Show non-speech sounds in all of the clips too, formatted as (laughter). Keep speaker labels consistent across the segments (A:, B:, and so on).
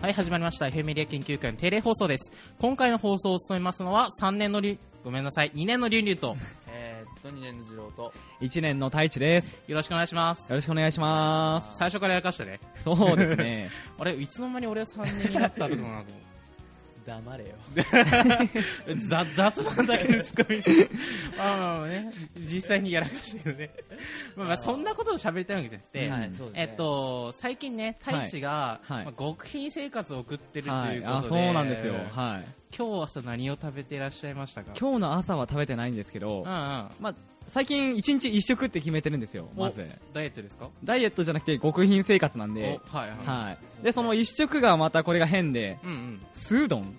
A: はい始まりました FM エリア研究会の定例放送です今回の放送を務めますのは3年のりゅごめんなさい2年のりゅんりゅうと
B: えー、っと2年の次郎と
C: 一年の太一です。
A: よろしくお願いします
C: よろしくお願いしま
A: 最初からやらかしたね
C: す。そうで
A: (laughs)
C: すね。
A: あれいつの間に俺は3年になったとかなと思って
B: 黙れよ
A: (laughs) 雑雑談だけでツッコミ (laughs) まあまあまあね実際にやらかしてるねまあまあそんなことを喋りたいわけじゃなくて、
C: はい
B: そうですね
A: えっと、最近ね、太一が、
C: はいはい
A: まあ極貧生活を送ってると
C: はいい。
A: うこ
C: あ、
A: と
C: そう
A: で、
C: なんですよ。はい。
A: 今日朝何を食べてらっしゃいましたか
C: 今日の朝は食べてないんですけど、
A: うんうん、
C: まあ、最近一日一食って決めてるんですよ、
A: お
C: まず。
A: ダイエットですか
C: ダイエットじゃなくて極貧生活なんで、
A: おはいはい、
C: はい。で、その一食がまたこれが変で、
A: うんうん
C: 酢うどん。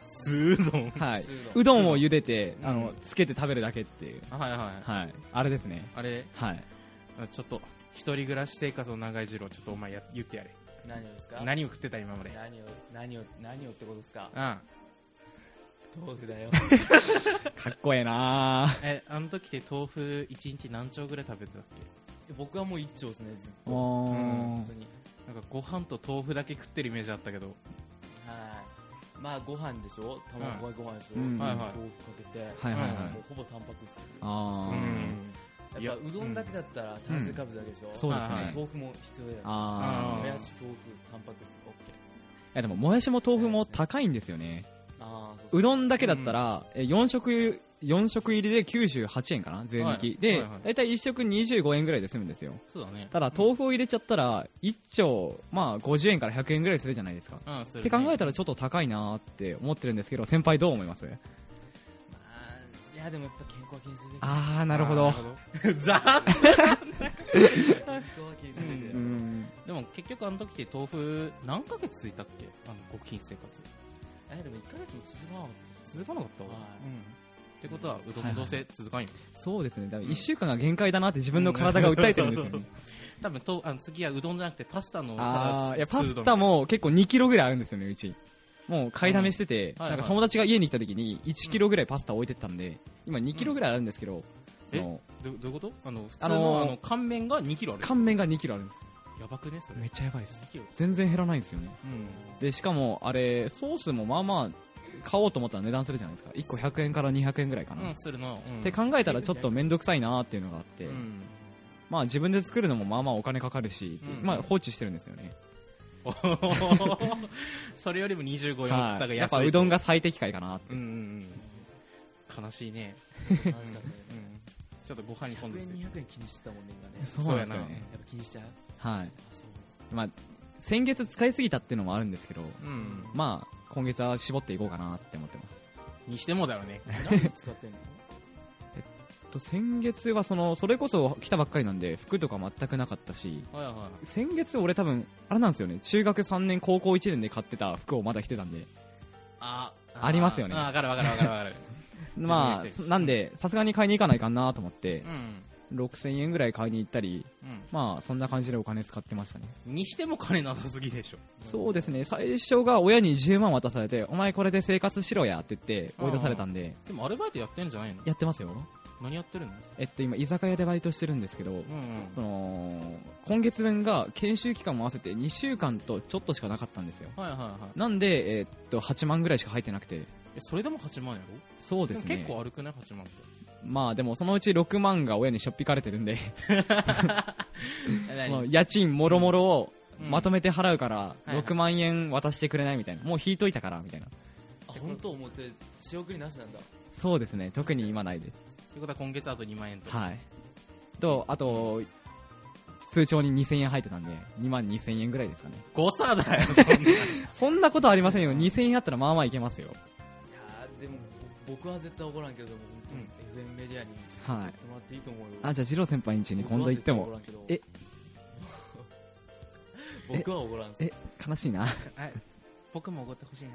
A: 酢うどん
C: はいう
B: どん。
C: うどんを茹でて
A: う、ん
C: あの、つけて食べるだけっていう。
A: はいはい、はい、
C: はい。あれですね。
A: あれ
C: はい。
A: あちょっと一人暮らし生活の長い次郎ちょっとお前や言ってやれ
B: 何をですか
A: 何を食ってた今まで
B: 何を何を何をってことですか
A: うん
B: 豆腐だよ
C: かっこええなぁ。
A: えあの時って豆腐一日何丁ぐらい食べてたっけ
B: (laughs) 僕はもう一丁ですねずっ
A: (laughs)
B: と
C: おー
B: 本当に
A: なんかご飯と豆腐だけ食ってるイメージあったけど
B: はいまあご飯でしょ卵はご飯でしょ、
C: う
B: 豆
C: ん
B: 腐
A: はいはい
B: かけて、
C: はいはいはい
A: うん。
B: もうほぼタンパク質
C: あ
A: う
C: ー。
A: んい
B: や
A: や
B: っぱうどんだけだったら炭水化物だけでしょ、
C: そうです
A: はいは
C: ね
A: い。
B: 豆腐も必要だよ
C: あ
A: ー
B: もやし豆腐タンパク質オッケー
C: いやでももやしも豆腐も高いんですよね
B: ああそうう
C: どんだけだったら、え4食4食入りで98円かな税抜き、
A: はい
C: で、
A: はいはい
C: 大体1食25円ぐらいで済むんですよ
A: そうだね
C: ただ豆腐を入れちゃったら1丁、まあ、50円から100円ぐらいするじゃないですか
A: うんっ
C: って考えたらちょっと高いなーって思ってるんですけど先輩どう思います
B: まあいやでもやっぱ健康は気にするべきだ
C: ああなるほど
A: ざーっ
B: 健康は気にするべきだよ、
C: うん
A: とでも結局あの時って豆腐何ヶ月ついたっけあの極貧生活
B: えでも1ヶ月も続
A: 続か
B: かなかった
A: なかったわ
B: はい
A: うんってことはうどんもどうせ続かんよ
C: そうですね多分1週間が限界だなって自分の体が訴えてるんですよ (laughs) ね
A: 多分とあの次はうどんじゃなくてパスタの
C: あーいやパス
A: うどん
C: タも結構2キロぐらいあるんですよねうちもう買いだめしてて、
A: うんはいはい
C: なんか友達が家に来た時に1キロぐらいパスタ置いてったんで今2キロぐらいあるんですけど、
A: うん
C: その
A: どどういうことあの普通の,、
C: あ
A: あ
C: の
A: の
C: ー
A: 乾麺が2キロある
C: 乾麺が2キロあるんです
A: やばくねそれ
C: めっちゃやばいです
A: 2キロ
C: 全然減らないんですよね
A: うん
C: でしかもあれソースもまあまあ買おうと思ったら値段するじゃないですか1個100円から200円ぐらいかな、
A: う
C: っ
A: んするのうん
C: て考えたらちょっと面倒くさいなーっていうのがあって、
A: うん
C: まあ自分で作るのもまあまあお金かかるし、
A: うん
C: まあ放置してるんですよね、 (laughs)
A: それよりも25円送った
C: は
A: が
C: い、やっ
A: 安い
C: ぱうどんが最適解かなって
A: うんうんうん悲しいね
B: 楽しかったね
A: うんちょっとご飯に混ん
B: 100
A: で
B: 円
A: て
B: 200円気にしてたもんね今ね
A: う
C: なんですよ
A: そうや
C: ね
B: やっぱ気にしちゃう
C: はい
B: あそう
C: まあ、先月使いすぎたっていうのもあるんですけど、
A: うん
C: まあ、今月は絞っていこうかなって思ってます。
A: にしてもだよ
C: (laughs)
A: ね
B: 何に使ってんの
C: と先月はその、それこそ来たばっかりなんで、服とか全くなかったし、
A: はいは
C: 先月俺多分、あれなんですよね、中学3年、高校1年で買ってた服をまだ着てたんで、
A: いあ
C: ありますよね
A: わかるわかるわかるわかる
C: まあ、なんで、さすがに買いに行かないかなと思って
A: う、ん
C: 6000円ぐらい買いに行ったり、
A: う
C: まあ、そんな感じでお金使ってましたね。
A: んにしても金なさすぎでしょ
C: そうですね、最初が親に10万渡されて、お前これで生活しろやって言って追い出されたんで、
A: でもアルバイトやってんじゃないの
C: やってますよ。
A: 何やってるの
C: えっと、今、居酒屋でバイトしてるんですけど、
A: うんうん
C: その今月分が研修期間も合わせて2週間とちょっとしかなかったんですよ
A: はいはいはい
C: なんで、えーっと8万ぐらいしか入ってなくて
A: えそれでも8万やろ
C: そう
A: で
C: で
A: も
C: すね
A: 結構歩くね8万って
C: まあでもそのうち6万が親にしょっぴかれてるん
A: (laughs)
C: で
A: え
C: もう家賃もろもろを
A: うん
C: まとめて払うから
A: いはい
C: 6万円渡してくれないみたいなもう引いといたからみたいな
B: あ本当もうそれ仕送りなしなんだ
C: そうですね特に今ないです
A: ということは今月あと2万円と
C: はいとあと通帳に2000円入ってたんで2万2000円ぐらいですかね
A: 誤差だよ
C: そんなことありませんよ2000円あったらまあまあいけますよ
B: いやーでもぼ僕は絶対怒らんけどでも本当に FM メディアに
C: はい
B: やってもらっていいと思うよ
C: あじゃあ二郎先輩ん家に今度行ってもえ
B: え僕は怒らん今
C: え (laughs) 悲しいな
A: 僕もおごってほしいな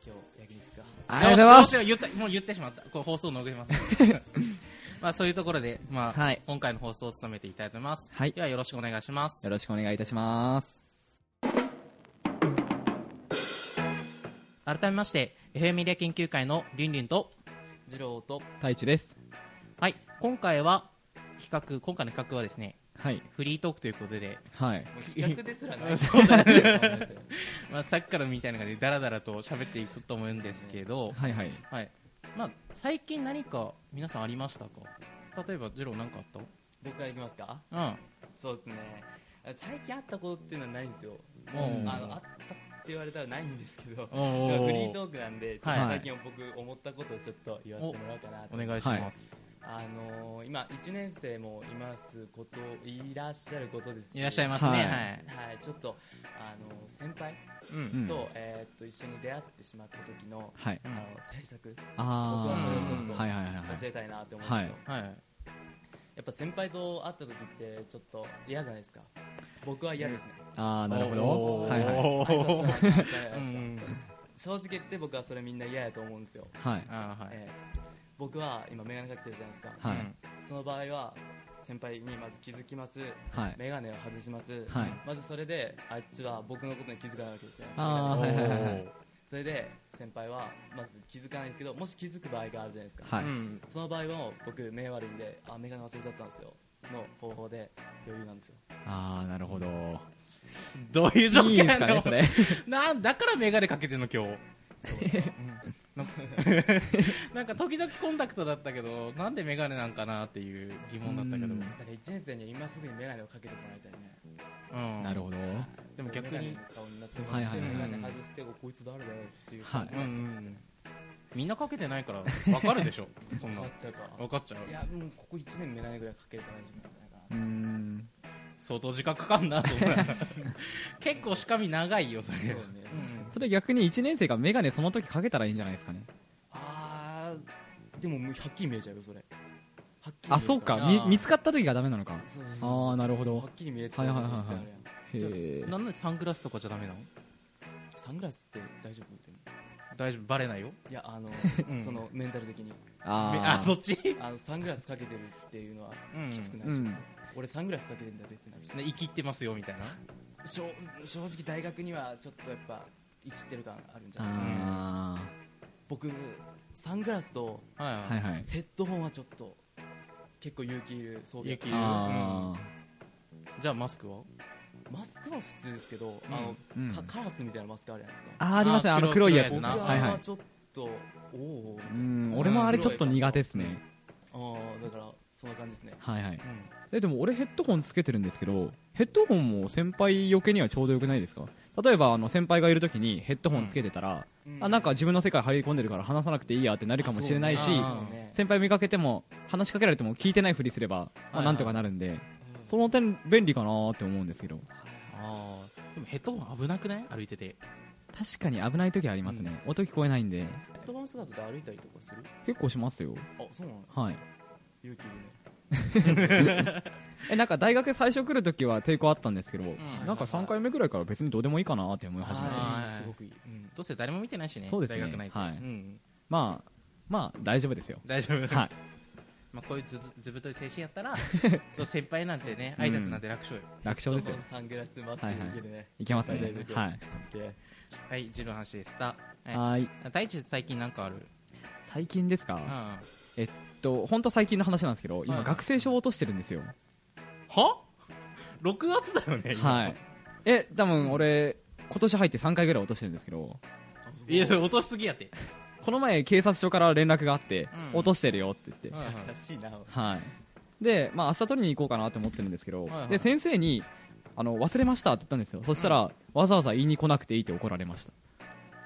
B: 日焼肉か
C: ありがとうございます。
A: す言ったもう言ってしまったこれ放送逃れますまあそういうところで、まあ
C: はい
A: 今回の放送を務めていきたいと思います
C: はい。
A: ではよろしくお願いします
C: よろしくお願いいたします。
A: 改めまして FM メディア研究会のりんりんと
B: 次郎と
C: 太一です。
A: はい今回は企画今回の企画はですね
C: はい
A: フリートークということで、
C: はい
B: もう企画ですら (laughs) ない
A: そうだ
B: ね
A: まあ、さっきからみたいな感じでダラダラと喋っていくと思うんですけど、
C: はいはい
A: はいまあ、最近何か皆さんありましたか例えばジロー何かあっ
B: (laughs) 僕からいきますか
A: たうん
B: そうですね最近あったことっていうのはないんですよ
A: うん
B: あのあったって言われたらないんですけど
A: お
B: フリートークなんで、ちょっと
A: はい
B: 最近僕思ったことをちょっと言わせてもらおうかなと
A: お願いします、
B: あのー今1年生もいますこといらっしゃることです
A: い、らっしゃい
B: ま
A: ますね
C: は
A: はいい、
B: はいちょっとあのー先輩
A: うん
C: うん
B: と、えーっと一緒に出会ってしまった時の、
C: はい
A: うん
B: あの対策僕
C: あ
B: は
C: あ
B: それをちょっと
C: はいはいはいはい
B: 教えたいなと思うんですよ、
A: はい
B: やっぱ先輩と会った時ってちょっと嫌じゃないですか僕は嫌ですね、
C: ああなるほど
A: おー
C: はいはい
A: おー
B: 挨拶なんかあったじゃな
A: う
B: いですか
A: ん
B: 正直言って僕はそれみんな嫌やと思うんですよ、
C: はい
A: あーはい、
B: えー僕は今眼鏡かけてるじゃないですか、
C: はい
A: うん
B: その場合は先輩にまず気づきます
C: はい
B: 眼鏡を外します、
C: はい
B: まずそれであっちは僕のことに気づかないわけですよ
C: あーはいはいはいはい
B: それで先輩はまず気づかないんですけどもし気づく場合があるじゃないですか、
C: はい
A: うん
B: その場合も僕目悪いんであ眼鏡忘れちゃったんですよの方法で余裕なんですよ
C: ああなるほど
A: どういう状
C: いいん
A: 況
C: で
A: な
C: すか
A: の
C: ねそれ
A: なんだから眼鏡かけてんの今日なんかなん
C: (laughs)
A: か時々コンタクトだったけどなんで眼鏡なんかなっていう疑問だったけど、
C: う
A: うん
B: だから1年生には今すぐに眼鏡をかけてもらいたいね
A: ん
C: なるほど
A: でも逆に
B: 眼鏡の顔になってもら
C: は
B: っ
C: い
B: て
C: はいはい
B: 眼鏡外してこいつ誰だよっていう感じ
A: うんうんうんみんなかけてないから分かるでしょそん
B: に
A: な
B: なっちゃうか
A: 分かっちゃう
B: いやもうここ1年眼鏡ぐらいかけるから自分じゃないかな
C: うーん
A: 相当時間かかんなと (laughs) 思う結構しかみ長いよそれ
B: そうね、
C: それ逆に1年生が眼鏡その時かけたらいいんじゃないですかね
B: あーでももうはっきり見えちゃうよそれはっきり見える
C: あそうか
A: あ
C: み
A: ー
C: 見つかった時がダメなのか
B: そうそうそうそう
C: あーなるほど
B: はっきり見えてるの
C: は
B: っ
C: いはい
B: て
C: はいはい
B: あるやん
C: へえ
A: なんでサングラスとかじゃダメなの
B: サングラスって大丈夫
A: 大丈夫バレないよ
B: いやあの、
A: うん
B: そのメンタル的に
A: め (laughs)
C: あ
A: あ
C: あ
A: そっち、
B: あのサングラスかけてるっていうのはきつくない、
C: う
B: ちょっ
C: ん
B: と俺サングラスかけてんだぜってなるし
A: ね生きってますよみたいな
B: 正正直大学にはちょっとやっぱ生きてる感あるんじゃないですか
C: あ
B: 僕サングラスと
A: はい
C: あ
A: はい、
C: はいはい
B: ヘッドホンはちょっと結構勇気いる装備
A: 勇気いる
C: あ
A: じゃあマスクは
B: マスクは普通ですけど、
A: ん
B: あの
C: うん
B: かカラスみたいなマスクあるじゃないです
C: あ
B: か
C: あーありますね
A: あー
C: あの黒いやつ
A: 黒い
B: 僕
A: な
C: な
A: やつ
C: はいは
B: はいちょっと、おお
C: うん俺もあれちょっと苦手っすね
B: あーだからそんな感じですね
C: はいはい
A: うん
C: えでも俺ヘッドホンつけてるんですけどヘッドホンも先輩よけにはちょうどよくないですか例えばあの先輩がいるときにヘッドホンつけてたら、あなんか自分の世界入り込んでるから話さなくていいやってなるかもしれないし
A: あそうねあ
C: 先輩見かけても話しかけられても聞いてないふりすれば、
A: いは
C: あ
A: い
C: なんとかなるんでその点便利かなーって思うんですけど
A: あーでもヘッドホン危なくない歩いてて
C: 確かに危ない時ありますね、音聞こえないんで
B: ヘッドホン姿で歩いたりとかする
C: 結構しますよ
B: あそうなの
C: はい
B: 勇気いるね
C: えなんか大学最初来るときは抵抗あったんですけど、
A: ん
C: なんか3回目ぐらいから別にどうでもいいかなーって思い始めて
A: はい
B: あーいいすごくいい、うん
A: どうせ誰も見てないしね
C: そうですね
A: 大学内って、
C: はい
A: うん、
C: まあまあ大丈
A: (laughs)
C: 夫ですよ
A: 大丈夫
C: はい
A: まあ、こういうずぶずぶとい精神や (laughs) ったらどう先輩なんてね挨拶なんて楽勝よ、
C: 楽
A: (laughs)
C: 勝ですよ
B: サングラスマスクいけるね、
C: いけますね
B: 大丈夫
C: はい
A: はいジローの話でした、は
C: はい
A: い、大地最近なんかある
C: 最近です
A: うん
C: か
A: は
C: と本当最近の話なんですけど
A: は
C: 今
A: い
C: 学生証を落としてるんですよ
A: (laughs) 6月だよね今
C: はいえ多分俺今年入って3回ぐらい落としてるんですけど
A: いやそれ落としすぎやって、
C: この前警察署から連絡があって
A: うん
C: 落としてるよって言って
A: はいはい
B: 優しいな
C: はいでまあ明日取りに行こうかなって思ってるんですけど
A: はいはい
C: で先生にあの忘れましたって言ったんですよそしたらわざわざ言いに来なくていいって怒られました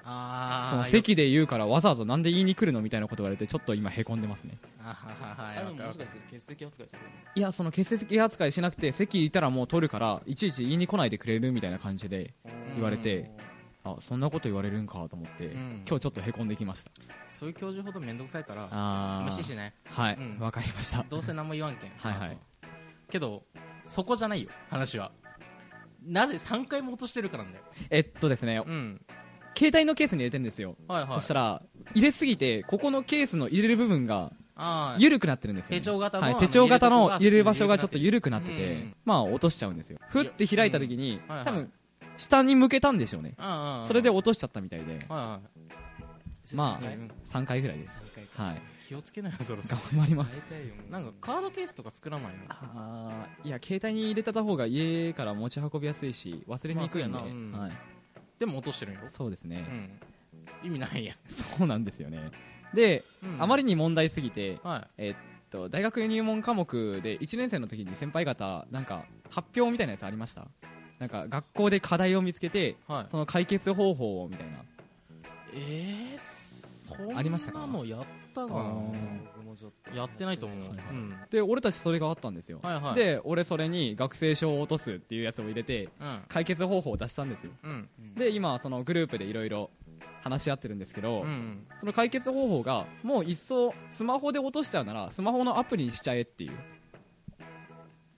A: あー
C: その席で言うからわざわざなんで言いに来るのみたいなこと言われてちょっと今へこんでますね
A: あははは
B: あ
A: い
B: れ
A: わ
B: も
A: かる
B: も
A: わ
B: し
A: か
B: か
A: る
B: して欠席扱いされる
C: いやその欠席扱いしなくて席いたらもう取るからいちいち言いに来ないでくれるみたいな感じで
B: の
C: 言われてあそんなこと言われるんかと思って、
A: ん
C: 今日ちょっとへこんできました
A: そういう教授ほど面倒くさいから
C: あー
A: 無視しない
C: はいわ、
A: うん
C: かりました
A: どうせ何も言わんけん
C: はいはい
A: あとけどそこじゃないよ話はなぜ3回も落としてるかなんだよ
C: えっとですね
A: うん
C: 携帯のケースに入れてるんですよ、
A: はいはい
C: そしたら入れすぎてここのケースの入れる部分が
A: あー
C: 緩くなってるんですよね、
A: 手帳型の
C: はい
A: あの
C: 手帳型
A: 入れるとこ
C: の
A: が
C: 入れる場所がちょっと緩くなってて、
A: うん
C: まあ落としちゃうんですよふって開いた時に、
A: うんはいはい
C: 多分下に向けたんでしょうね
A: あーあーあー
C: それで落としちゃったみたいで
A: はいはい
C: ま
B: 3回
A: うん
C: 3回ぐらいです
B: 3回か
C: はい
A: 気をつけなよそろそ
C: 頑
A: ろ
C: 張りま
B: 変
C: す
B: えちゃうよもう
A: なんかカードケースとか作らないの
C: あーいや携帯に入れた方が家から持ち運びやすいし忘れにくいんで、
A: まあそうやなうん
C: はい、
A: でも落としてるんよ
C: そうですね
A: う、ん意味ないやん
C: そうなんですよねで、
A: うん
C: あまりに問題すぎて、
A: は
C: えっと大学入門科目で1年生の時に先輩方なんか発表みたいなやつありましたなんか学校で課題を見つけて
A: いはい
C: その解決方法をみたいな
A: えーそ
C: ありました
A: ん
C: か
A: なのやったか
C: あー
A: な
B: 僕もちょっと
A: やってないと思う
C: はいはい
A: うん
C: で俺たちそれがあったんですよ、
A: はいはい
C: で俺それに学生証を落とすっていうやつを入れて
A: うん
C: 解決方法を出したんですよ
A: うん
B: うん
C: で今そのグループでいろいろ話し合ってるんですけど、
A: うん
C: その解決方法がもう一層スマホで落としちゃうならスマホのアプリにしちゃえっていう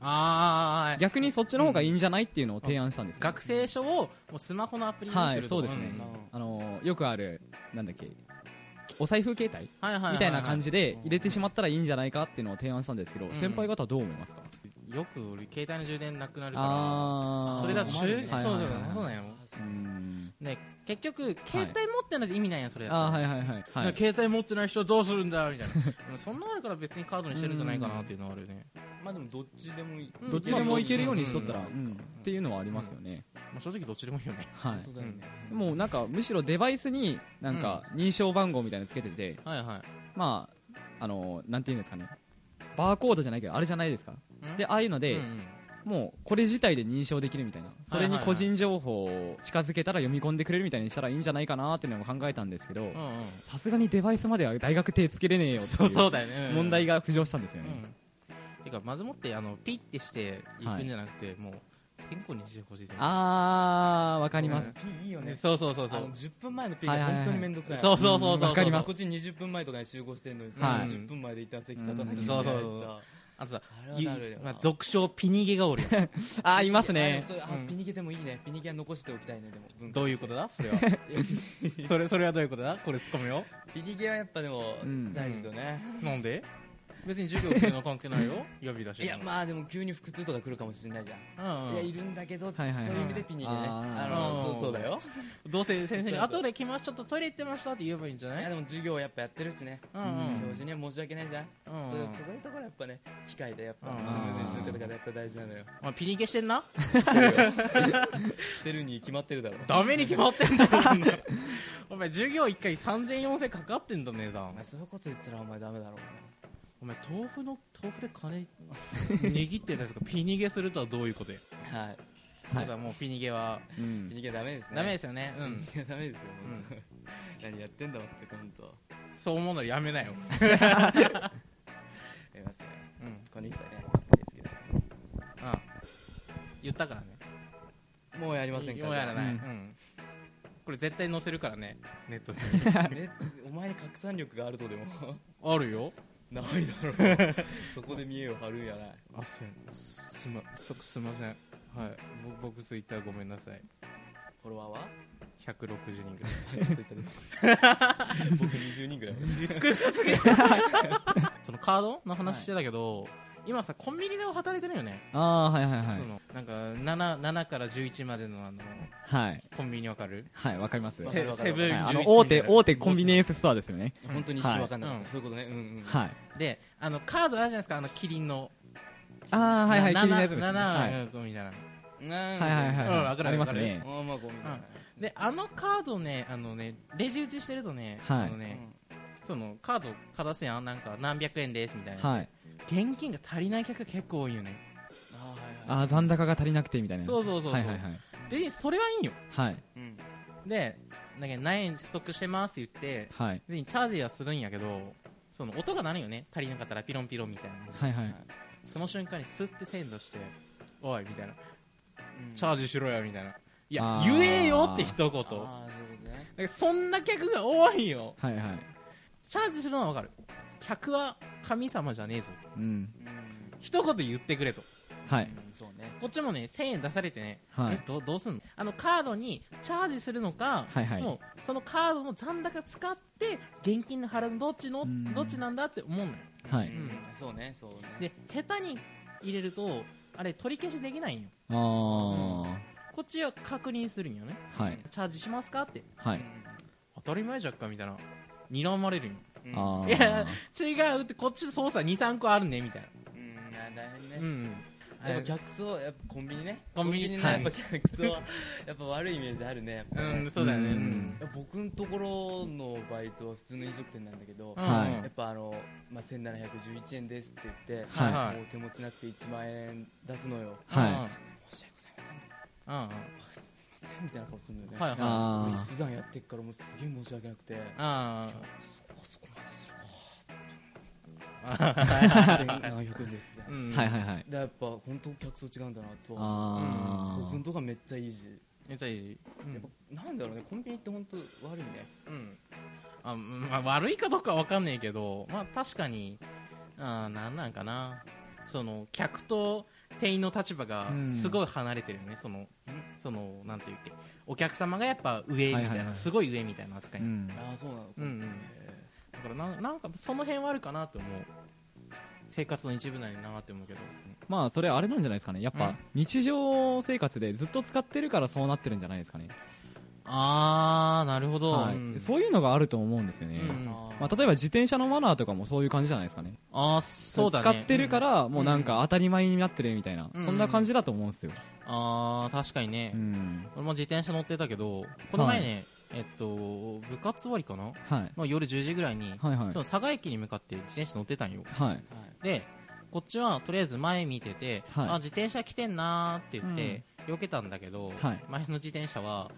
A: ああ
C: 逆にそっちの方がいいんじゃないっていうのを提案したんですよ、
A: 学生証をもうスマホのアプリに
C: は
A: す
C: い
A: る
C: そ
A: と
C: うですね
A: ん
C: あのーよくあるなんだっけお財布携帯
A: はいはいはは
C: みたいな感じで
B: うん
C: 入れてしまったらいいんじゃないかっていうのを提案したんですけど、
A: ん
C: 先輩方はどう思いますか、
A: よく俺携帯の充電なくなるか
C: あ
A: ら
C: あ
A: それだと
B: し
A: そう
B: はいはい
A: そうそう
C: はい
A: そうなんやも
B: あそうう
C: ーん
A: うね結局携帯持ってないと意味ないやんそれやったら
C: あーはいはいはいはい
A: なんか携帯持ってない人どうするんだみたいなでもそんなあるから別にカードにしてるんじゃないかなっていうのはあるよね、
B: まあでもどっちでもいい
A: うん
C: どっちでもいけるようにしとったら、
A: うん
C: うんっていうのはありますよね、
A: まあ、正直どっちでもいいよね
C: は
B: 本
C: い
B: 当だよね
C: もうなんかむしろデバイスになんか認証番号みたいなのつけてて、
A: はいはい
C: まああのなんていうんですかねバーコードじゃないけどあれじゃないですか
A: ん
C: でああいうので、
A: うんうん
C: もうこれ自体で認証できるみたいなそれに個人情報を近づけたら読み込んでくれるみたいにしたらいいんじゃないかなっていうのも考えたんですけど
A: うんうん
C: さすがにデバイスまでは大学手つけれねえよって
A: そう
C: い
A: そう
C: う
A: だよね、うん
C: 問題が浮上したんですよ
A: う
C: ね、
A: んてかまずもってあのピッてしていくんじゃなくて、もうてんこにしてほしいですよね
C: あーわかります、
B: P いいよね
A: そうそうそうそ
B: あ
A: う
B: の10分前の P
C: はい
B: が
C: はいはい
B: 本当にめんどくさい
A: そうそうそうそう
C: わかります
B: こっち20分前とかに集合してんのにさ
C: はい
B: 10分前で一旦席立たなきゃいけないし
A: うん
B: さ
A: そうそうそうあとさ
B: あれはなるよ
A: まあ、俗称ピニゲがおるやん
C: あーいますね
B: あそうあ
A: うん
B: ピニゲでもいいねピニゲは残しておきたいねでも (laughs) 文化
A: どういうことだそれはそ
B: (laughs)
A: れそれはどういうことだこれツッコミよ
B: ピニゲはやっぱでも
C: うん
B: 大事ですよね
A: なんで別に授業っていうのは関係ないよ (laughs) 呼び出し
B: いやまあでも急に腹痛とか来るかもしれないじゃん
A: あ
B: いやいるんだけど、
C: はいはいはい
B: そういう意味でピニーでね
C: あ
B: あ
C: ー
B: の
A: うん
B: そうそうだよ
A: どうせ先生に
B: そうそう
A: 後で来ましたちょっとトイレ行ってましたって言えばいいんじゃ
B: い
A: な
B: や
A: い
B: でも授業やっぱやってるしね、
A: うん
C: うん
B: 教授には申し訳ないじゃん、
A: うん
B: そうそういうところやっぱね機械でやっぱ
A: うん
B: スムーズにするとかやっぱ大事なのよ
A: お前ピリゲしてんな
B: してるに決まってるだろ
A: ダメに決まってんだ
B: (laughs)
A: お前授業1回30004000かかってんだ値段
B: お前そういうこと言ったらお前ダメだろう
A: お前豆腐の豆腐で金 (laughs) 握ってたやつがピニゲするとはどういうことや
B: はい
A: ただもうピニゲは
C: う
B: ピ
C: ん
B: ニーダメですね
A: ダメですよねうん
B: すダメですよ、本当何やってんだもんって本当
A: そう思うのやめなよ
B: やりますやります、
A: うん
B: この一杯ね手つけ
A: うん言ったからね
B: てもうやりませんか
A: もうやらない、
C: う
A: うんんこれ絶対載せるからねネットに (laughs)
B: じゃあねお前に拡散力があるとでも
A: あるよ
B: ないだろうそこで見栄を張るんやない
A: あすいませんすますいませんはいぼ僕ツイッターごめんなさい
B: フォロワーは
A: 160人ぐらい
B: ちょっと言ったね僕20人ぐらい
A: そのカードの話してたけど、今さコンビニで働いてるよね、
C: あーはいはいはい
A: そのなんか 7, 7から11までのあの
C: はい
A: コンビニわかる
C: はいわかります
B: わか
A: セ
B: る
A: セブン
C: はい、
A: 11
C: あの大手
A: みたいな
C: 大手コンビニエンスストアですよね、
B: 本当に一瞬わかんなかった、
A: はい
B: そういうことねうんうん
C: はい
A: であのカードあるじゃないですかあのキリンの
C: ああはいはい
A: な
C: 気になるやつですねはい
A: 7うんみたいな
B: うんはい
C: はいはいはいはい、
A: うんわかる
C: あります
A: わ
C: ね
B: ああまあゴミだね
A: であのカードねあのねレジ打ちしてるとね,、
C: はい
A: あのねそのカードかざすやんなんか何百円ですみたいな、
C: はい
A: 現金が足りない客が結構多いよね
B: ああはいはい
C: あー残高が足りなくてみたいな
A: そうそうそうそう
C: はいはいはい
A: 別にそれはいいんよ
C: はい
B: うん
A: でなんか何円不足してますって言って
C: はい
A: 別にチャージはするんやけどその音が鳴るよね足りなかったらピロンピロンみたいな、
C: はいはい
A: その瞬間にスッてセンドしておいみたいな
B: うん
A: チャージしろよみたいないや
C: あー
A: 言えよって一言だか
B: ああそういうことね
A: らそんな客が多いよ
C: はいはい
A: チャージするのはわかる客は神様じゃねえぞ
C: うん
B: うん
A: 一言言ってくれと
C: はい
B: うんそうね
A: こっちもね1000円出されてね、
C: はい
A: えどどうすんのあのカードにチャージするのか、
C: はいはい
A: もうそのカードの残高使って現金の払うのどっちの
C: うん
A: どっちなんだって思うのよ
C: はい
B: うんそうねそう
A: で
B: ね
A: 下手に入れるとあれ取り消しできないんよ
C: ああは
A: こっちは確認するんよね
C: い
A: チャージしますかって
C: は
B: う
C: い
B: ん
A: 当たり前じゃっかみたいな睨まれるんよ
B: うん
C: あー
A: いや違うってこっち操作23個あるねみたい
B: うんいや大変ね
A: な、うん
B: やっぱ客層やっぱコンビニね
A: コンビニ
B: の
A: は
B: や
A: い
B: っぱ客層はやっぱ悪いイメージあるねやっぱね
A: うんそうだよね
C: うん
A: うん
B: いや僕のところのバイトは普通の飲食店なんだけど、
C: はい
B: やっぱあの、まあ、1711円ですって言って、
C: はい
A: はい
B: もう手持ちなくて1万円出すのよ、
C: はい
A: うん
B: 申し訳ござい
A: うん
B: ま
A: うん
B: せんすいませんみたいな顔するのよね、
A: はいはい
C: あ
B: 俺
C: ー
B: 普段やってっからもうすげえ申し訳なくて
A: あ
B: そこまでする
A: あ
B: 1700円ですみたいな、
A: うん
C: はいはいはい
B: でやっぱ本当客層違うんだなと
C: あー
B: 僕のとこはめっちゃいいし、
A: めっちゃいいうん
B: やっぱなんだろうねコンビニって本当悪いね
A: うんあまあ、悪いかどうかは分かんないけど、まあ、確かにあーなんなんかなその客と店員の立場が
C: うん
A: すごい離れてるよね、そのそのなんていうっけお客様がやっぱ上みたいな、
C: はいはいはい
A: すごい上みたいな扱い、
C: うん
B: ああそうなの
A: うんうん
B: え
A: だからなんなんかその辺はあるかなと思う生活の一部内になって思うけど、
C: まあそれあれなんじゃないですかねやっ
A: うん
C: ぱ日常生活でずっと使ってるからそうなってるんじゃないですかね、
A: ああなるほど、
C: はい
A: うん
C: そういうのがあると思うんですよね、
A: うん
B: ー
C: まあ、例えば自転車のマナーとかもそういう感じじゃないですかね
A: ああそうだね
C: 使ってるか、らもうなんか当たり前になってるみたいな、
A: うん
C: そんな感じだと思うんですよ、
A: うんああ確かにね、
C: うん
A: 俺も自転車乗ってたけどこの前ね、えっと部活終わりかな
C: はい、
A: の夜10時ぐらいに、
C: はいはい
A: その佐賀駅に向かって自転車乗ってたんよ
C: はい
B: はい
A: でこっちはとりあえず前見てて、
C: はい
A: あ自転車来てんなーって言って、避けたんだけど、
C: はい
A: 前の自転車は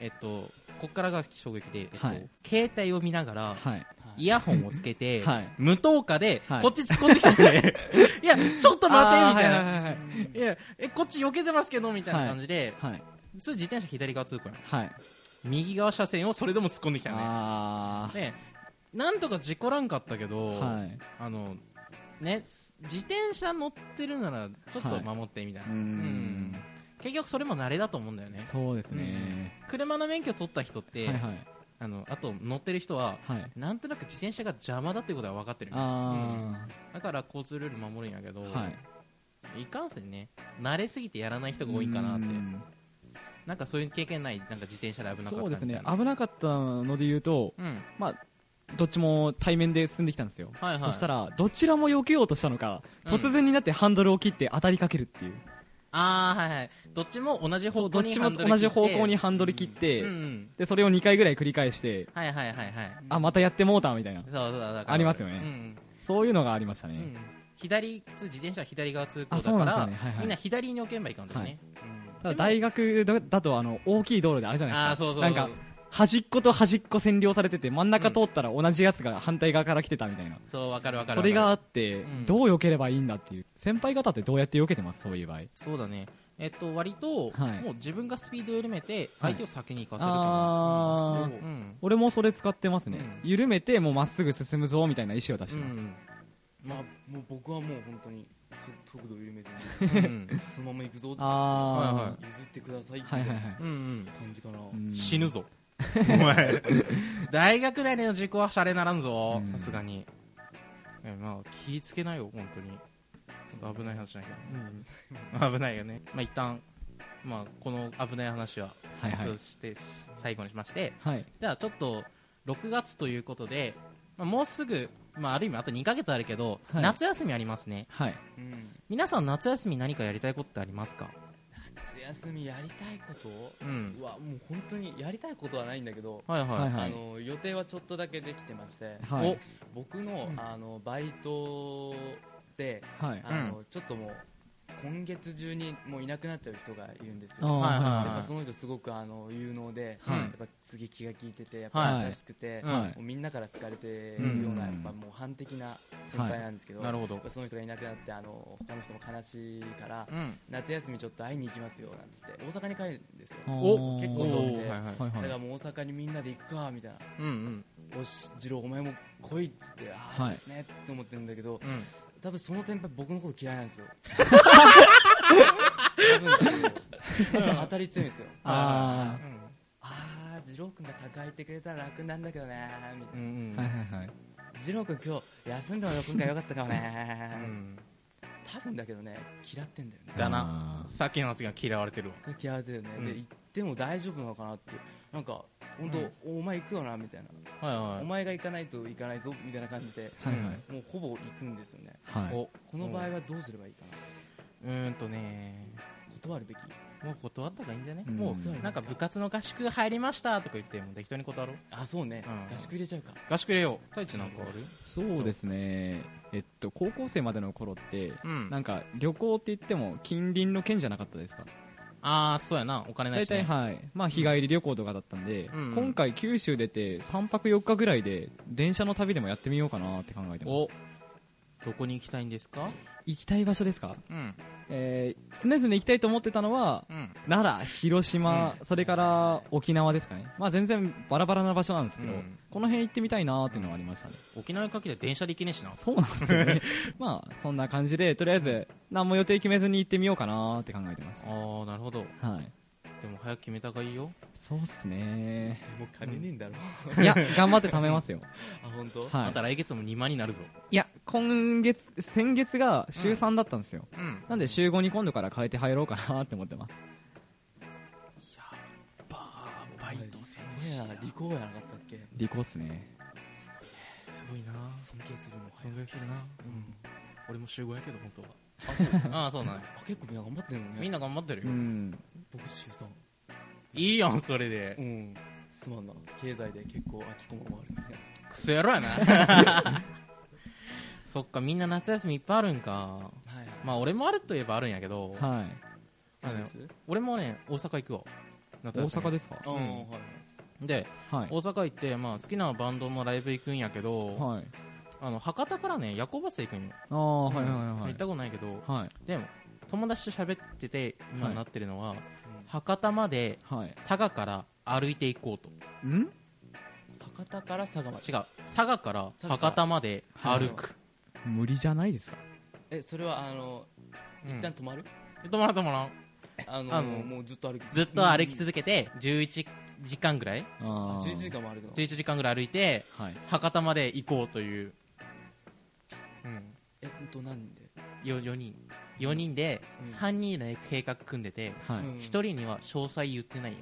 A: えっとこっからが衝撃で、えっと
C: はい
A: 携帯を見ながら、
C: はい
A: イヤホンをつけて、
C: (laughs) はい
A: 無灯火で、
C: はい
A: こっち突っ込んできたん
C: (laughs)
A: でいやちょっと待てみたいな、
C: あーはいはいはい
A: いやえこっち避けてますけどみたいな感じで、
C: はいはい
A: 普通自転車左側通行やん
C: はい
A: 右側車線をそれでも突っ込んできたね
C: あ
A: ねなんとか事故らんかったけど、
C: ーはい
A: あのねす自転車乗ってるならちょっと守ってみたいな、
C: うーん
A: 結局それも慣れだと思うんだよね
C: そうですね、
A: 車の免許取った人って、
C: はいはい
A: あのあと乗ってる人は
C: はい
A: なんとなく自転車が邪魔だっていうことは分かってるよね、うん
C: あ
A: だから交通ルール守るんやけど、
C: ー、はい
A: い、かんせんね慣れすぎてやらない人が多いかなって
C: うん
A: なんかそういう経験ないなんか自転車で危なかった
C: そ
A: み
C: うで
A: た
C: す
A: い
C: ね
A: な
C: 危なかったので言うと
A: うん
C: まあどっちも対面で進んできたんですよ、
A: はいはい
C: そしたらどちらも避けようとしたのか、
A: うん
C: 突然になってハンドルを切って当たりかけるっていう
A: ああはいはいどっちも同じ
C: そ
A: 方
C: うど
A: 向
C: っ
A: に
C: ち
A: ハ
C: も
A: ンドル
C: 同じ方向
A: 切
C: に
A: っ
C: ハンドル切って、
A: てうんうん
C: でそれを2回ぐらい繰り返して
A: はいはいはいはい
C: あまたやってもうたみたいな
A: そうそうだから
C: ありますよねそういうのがありました
A: うんう
C: ね、
A: ん左普通自転車は左側通行
C: あ
A: だ
C: そう
A: か
C: なんですよ
A: ら
C: ね、はいはい、
A: みんな左に置けばいかんだよね
C: ただ大学だだとあの大きい道路であれじゃない
A: あ
C: で
A: あ
C: すか
A: そうそう
C: なんか端っこと端っこ占領されてて真ん中通ったら同じやつが反対側から来てたみたいな、
A: そうわかるわかる
C: そ
A: わかる
C: れがあって、
A: うん
C: どう避ければいいんだっていう先輩方ってどうやって避けてますそういう場合
A: そうだねえっと割と
C: はい
A: もう自分がスピードを緩めて
C: はい
A: 相手を先に行かせる
C: あ
B: ー
A: とうん
C: 俺もそれ使ってますね、
A: うん
C: 緩めてもうまっすぐ進むぞみたいな意思を出し
A: う
C: てます、
A: ん
B: まあもう僕はもう本当にそ速度を緩めずに
A: うん
B: そのまま行くぞっつって
C: あ
A: はいは
B: 譲ってくださいって
C: はいはいはい
B: 感
A: うんうん
B: じかな、
C: うん
A: 死ぬぞお前大学内での事故はシャレならんぞ
C: うん
A: さすがにえまあ気ぃつけないよ本当にちょっと危ない話だけど、危ないよねまあ一旦まあこの危ない話は
C: はいはい
A: として最後にしまして
C: はい
A: じゃあちょっと6月ということで、まあ、もうすぐ、まあ、ある意味あと2ヶ月あるけど、
C: はい
A: 夏休みありますね
C: はい
B: うん
A: 皆さん夏休み何かやりたいことってありますか
B: 夏休みやりたいこと
A: うん
B: うわもう本当にやりたいことはないんだけど、
A: はいはい、
C: はい
B: あの予定はちょっとだけできてまして
C: はい
B: 僕の,、
A: うん
B: あのバイトで
C: はい
B: あの、ちょっともう今月中にもういなくなっちゃう人がいるんです
C: あー
B: よ
A: はいはい
B: やっ
A: は
B: ぱその人すごくあの有能で、
A: はい
B: やっぱすげえ気が利いててやっぱ優しく
A: は
B: て、
A: い
B: もうみんなから好かれてるような、
C: う
B: や
C: ん
B: っぱもう反的な先輩なんですけど,、
A: いなるほど
B: やっぱその人がいなくなってあの他の人も悲しいから、
A: うん
B: 夏休みちょっと会いに行きますよなんつって大阪に帰るんですよ
A: お
B: 結
A: お
B: 構
C: は
B: 遠
C: い
B: い
A: ーはいはい
C: はい
B: だからもう大阪にみんなで行くかみたい
A: うんうん
B: なよし次郎お前も来いっつってああ、そ
C: はい
B: うですねって思ってるんだけど
A: うん
B: 多分その先輩僕のこと嫌いなんですよ多分ですよ当たり強いんですよ
C: あ
B: ああ次郎君が宅配ってくれたら楽なんだけどねみた
A: う
B: い
A: んうん
C: ーはいはいはい
B: な次郎君今日休んだの君が良かったかも
A: う
B: ね
A: ん
B: 多分だけどね嫌ってんだよね
A: だ
C: な
A: さっきのやつが嫌われてるわ
B: 嫌われてるよね、
A: うん
B: で行っても大丈夫なのかなっていうなんか本当、お前行くよなみたいな、
A: はいは
B: お前が行かないと行かないぞみたいな感じで、
C: はいはい
B: もうほぼ行くんですよね
C: は
A: い
C: い
A: お
B: この場合はどうすればいいかな、
A: うーんとね
B: 断るべき
A: もう断った方がいいんじゃね
C: うん
A: もうなんか部活の合宿入りましたとか言っても適当に断ろう
B: あそうね、
A: うん
B: 合宿入れちゃうか
A: 合宿入れよう太一なんかある
C: そうですねえっと高校生までの頃って
A: うん
C: なんか旅行って言っても近隣の県じゃなかったですか
A: ああそうやなお金ない
C: 大
A: し、ね、
C: 体はいまあ日帰り旅行とかだったんで、
A: うん
C: 今回九州出て3泊4日ぐらいで電車の旅でもやってみようかなって考えてます
A: おどこに行きたいんですか
C: 行きたい場所ですか、
A: うん
C: えー、常々行きたいと思ってたのは
A: うん
C: 奈良広島、それから沖縄ですかねまあ全然バラバラな場所なんですけど、
A: うん
C: この辺行ってみたいなっていうのはありましたね
A: 沖縄にかけて電車で行けねえしな
C: そうなんですよね (laughs) まあそんな感じでとりあえず何も予定決めずに行ってみようかなって考えてまし
A: ああなるほど
C: たはい
A: でも早く決めた方がいいよ
C: そうっすね
B: (laughs) もう金ねえんだろ、
C: いや頑張って貯めますよ
B: あ本当、
A: ま
C: はい
A: た来月も2万になるぞ
C: いや今月先月が週3だったんですよ、
A: うん
C: なんで週5に今度から変えて入ろうかなって思ってます
A: バー
B: バイトすごいな利口やなかったっけ
C: リコっすね
A: すごいな
B: 尊敬するもはや、
A: 尊敬するな
B: うん、
A: 俺も集合やけど本当は
B: あそう
A: ああそうなんや
B: あ結構みんな頑張ってんのね
A: みんな頑張ってる
C: う
A: よ、
C: ん
B: 僕週3
A: いいやんそれで
B: うんすまんな経済で結構空きコマもあるね
A: クソ野郎やな
C: (laughs)
A: そっかみんな夏休みいっぱいあるんか
B: はい
A: まあ俺もあるといえばあるんやけど、
C: は
A: あの
B: いいです
A: 俺もね大阪行くわ
C: い
A: 夏
C: 大
A: 休み
C: 阪ですか
B: あー
A: うん
B: はい
A: で
C: はい
A: 大阪行って、まあ、好きなバンドのライブ行くんやけど、
C: はい
A: あの博多からね夜行バスで行くんよ
C: ああはいはいは
A: 行
C: い
A: ったことないけど
C: はい
A: でも友達と喋ってて今
C: はい
A: なってるのは、
B: うん
A: 博多まで
C: はい
A: 佐賀から歩いて行こうと
C: ん
B: 博多から佐賀まで
A: 違う佐賀から博多まで歩く、
C: 無理じゃないですか
B: えそれはあの
A: うん
B: 一旦止まる、
A: 止まらん止まらん
B: あの
A: あの
B: もうずっと歩き
A: ずっと歩き続けて11時間ぐらい
C: あ
B: 11時
C: 間
B: 間も歩くの
A: 11時間ぐらい歩いて
C: はい
A: 博多まで行こうという、うん、
B: えほんと何で、
A: よ4人4人で
B: うん
A: 3人で計画組んでて
C: はい、
B: うん
A: 1人には詳細言ってないよ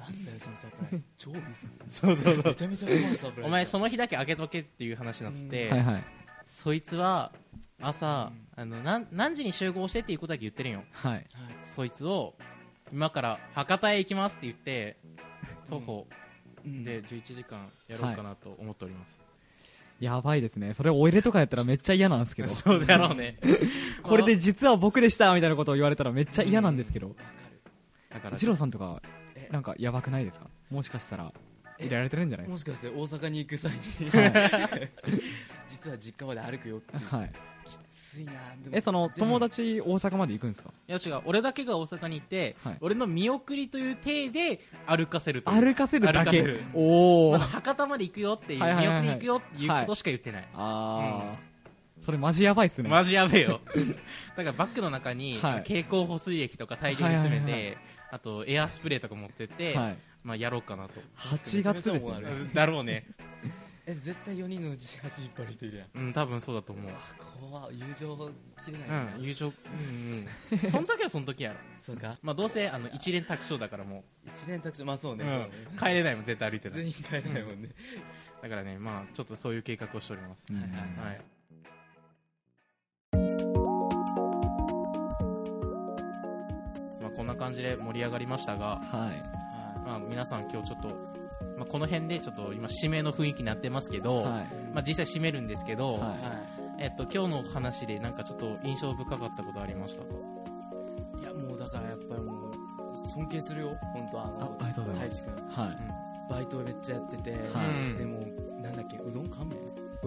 B: なんだよそのサプ
A: (laughs)
B: ライズ超ビ
A: そうそう
B: めちゃめちゃうまいサプライズ
A: お前その日だけあげとけっていう話になってて、
C: はいはい
A: そいつは朝あのなん何時に集合してっていうことだけ言ってるんよ
C: はい
B: はい
A: そいつを今から博多へ行きますって言
C: (laughs)
A: って徒歩
B: うん
A: で11時間やろうかなと思っております、
C: やばいですねそれお入れとかやったらめっちゃ嫌なんですけど
A: (laughs) そうだろうね
C: これで実は僕でしたみたいなことを言われたらめっちゃ嫌なんですけど
B: わかる
A: だから
C: 二郎さんとか
B: え
C: なんかやばくないですかもしかしたら
B: え
C: 入れられてるんじゃないで
B: もしかして大阪に行く際に
C: すか、はい
B: (laughs) 実は実家まで歩くよっていう
A: (laughs)
C: はい、
B: きついなでも
C: えその
B: 全部
C: 友達大阪まで行くんですか
A: いや違う俺だけが大阪に行って、
C: はい
A: 俺の見送りという体で歩かせるという
C: 歩かせるだ
A: 歩
C: け
A: かせる
C: おお、
A: (laughs) まだ博多まで行くよっていう、
C: はいはいはいはい
A: 見送り行くよっていうことしか言ってない、
C: あー、それマジやばいっすね
A: マジやべえよ (laughs) だからバッグの中に
C: はい
A: 蛍光補水液とか大量に詰めて、
C: はいはい
A: あとエアスプレーとか持ってって、
C: はい、
A: まあやろうかなと
C: 8月ですね
B: めちゃめちゃ思われる
A: だろうね
B: え絶対4人のうち足引っ張る人いるやん
A: うん多分そうだと思う
B: 怖っ友情切れないな、
A: うん友情うんうんその時はその時やろ
B: そうか
A: まあどうせあの一連卓勝だからも
B: 一年たくまあそう
A: う、
B: ね、
A: うん帰れないもん絶対歩いて
B: そう
A: な
B: ね
A: い
B: 全員帰れないもんね、
A: だからねまあちょっとそういう計画をしております、
C: うん
B: はいはい
A: はいまあ、こんな感じで盛り上がりましたが、
C: はい
A: まあ、皆さん、今日ちょっと、まあ、この辺でちょっと今、指名の雰囲気になってますけど、
C: はい
A: まあ、実際、締めるんですけど、
C: はい
A: えっと、今日のお話でなんかちょっと印象深かったことありましたか
B: い、やもうだからやっぱりもう尊敬するよ本当あの
C: あありがとうござい
B: 太
C: ま
B: 一君
C: はい
B: バイトめっちゃやってて、
A: はい
B: でもなんだっけうどん乾麺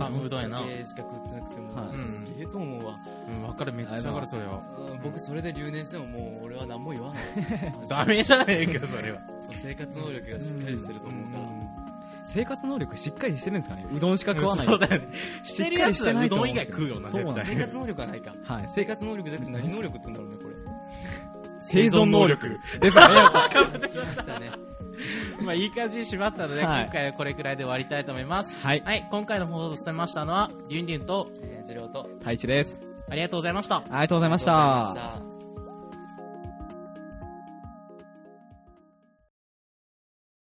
A: あうどんやな
B: だけしか食ってなくても、
C: はい
A: うん
B: すげえと思うわ、
A: うん、分かる、めっちゃ分かる、それは。
B: うん僕それで留年してももう俺は何も言わない
A: ダメじゃねえか、それは。
B: 生活能力がしっかりしてると思うから、
C: 生活能力しっかりしてるんですかねうどんしか食わない
A: そうだよね。し
C: してっ
A: る
C: か
A: や
C: りし
A: つ
C: て
A: は
C: な
A: う
C: いと
A: どん
C: 思
A: 以外食うよな、
C: そうなん
A: 絶
C: です
A: 対。
B: 生活能力はないか
C: はい
B: 生活能力じゃなくて何能力って言うんだろうねこ
C: 生存能力ですね
B: れ来ましたね
A: まあ、いい感じに縛ったので、
C: はい
A: 今回はこれくらいで終わりたいと思います。
C: はい
A: はい、今回の放送を務めましたのは、りゅんりゅんと、
B: えー、ジローと
C: 太一です
A: ありがとうございました。
C: ありがとうございまし
B: ありがとうござい
C: た
B: ました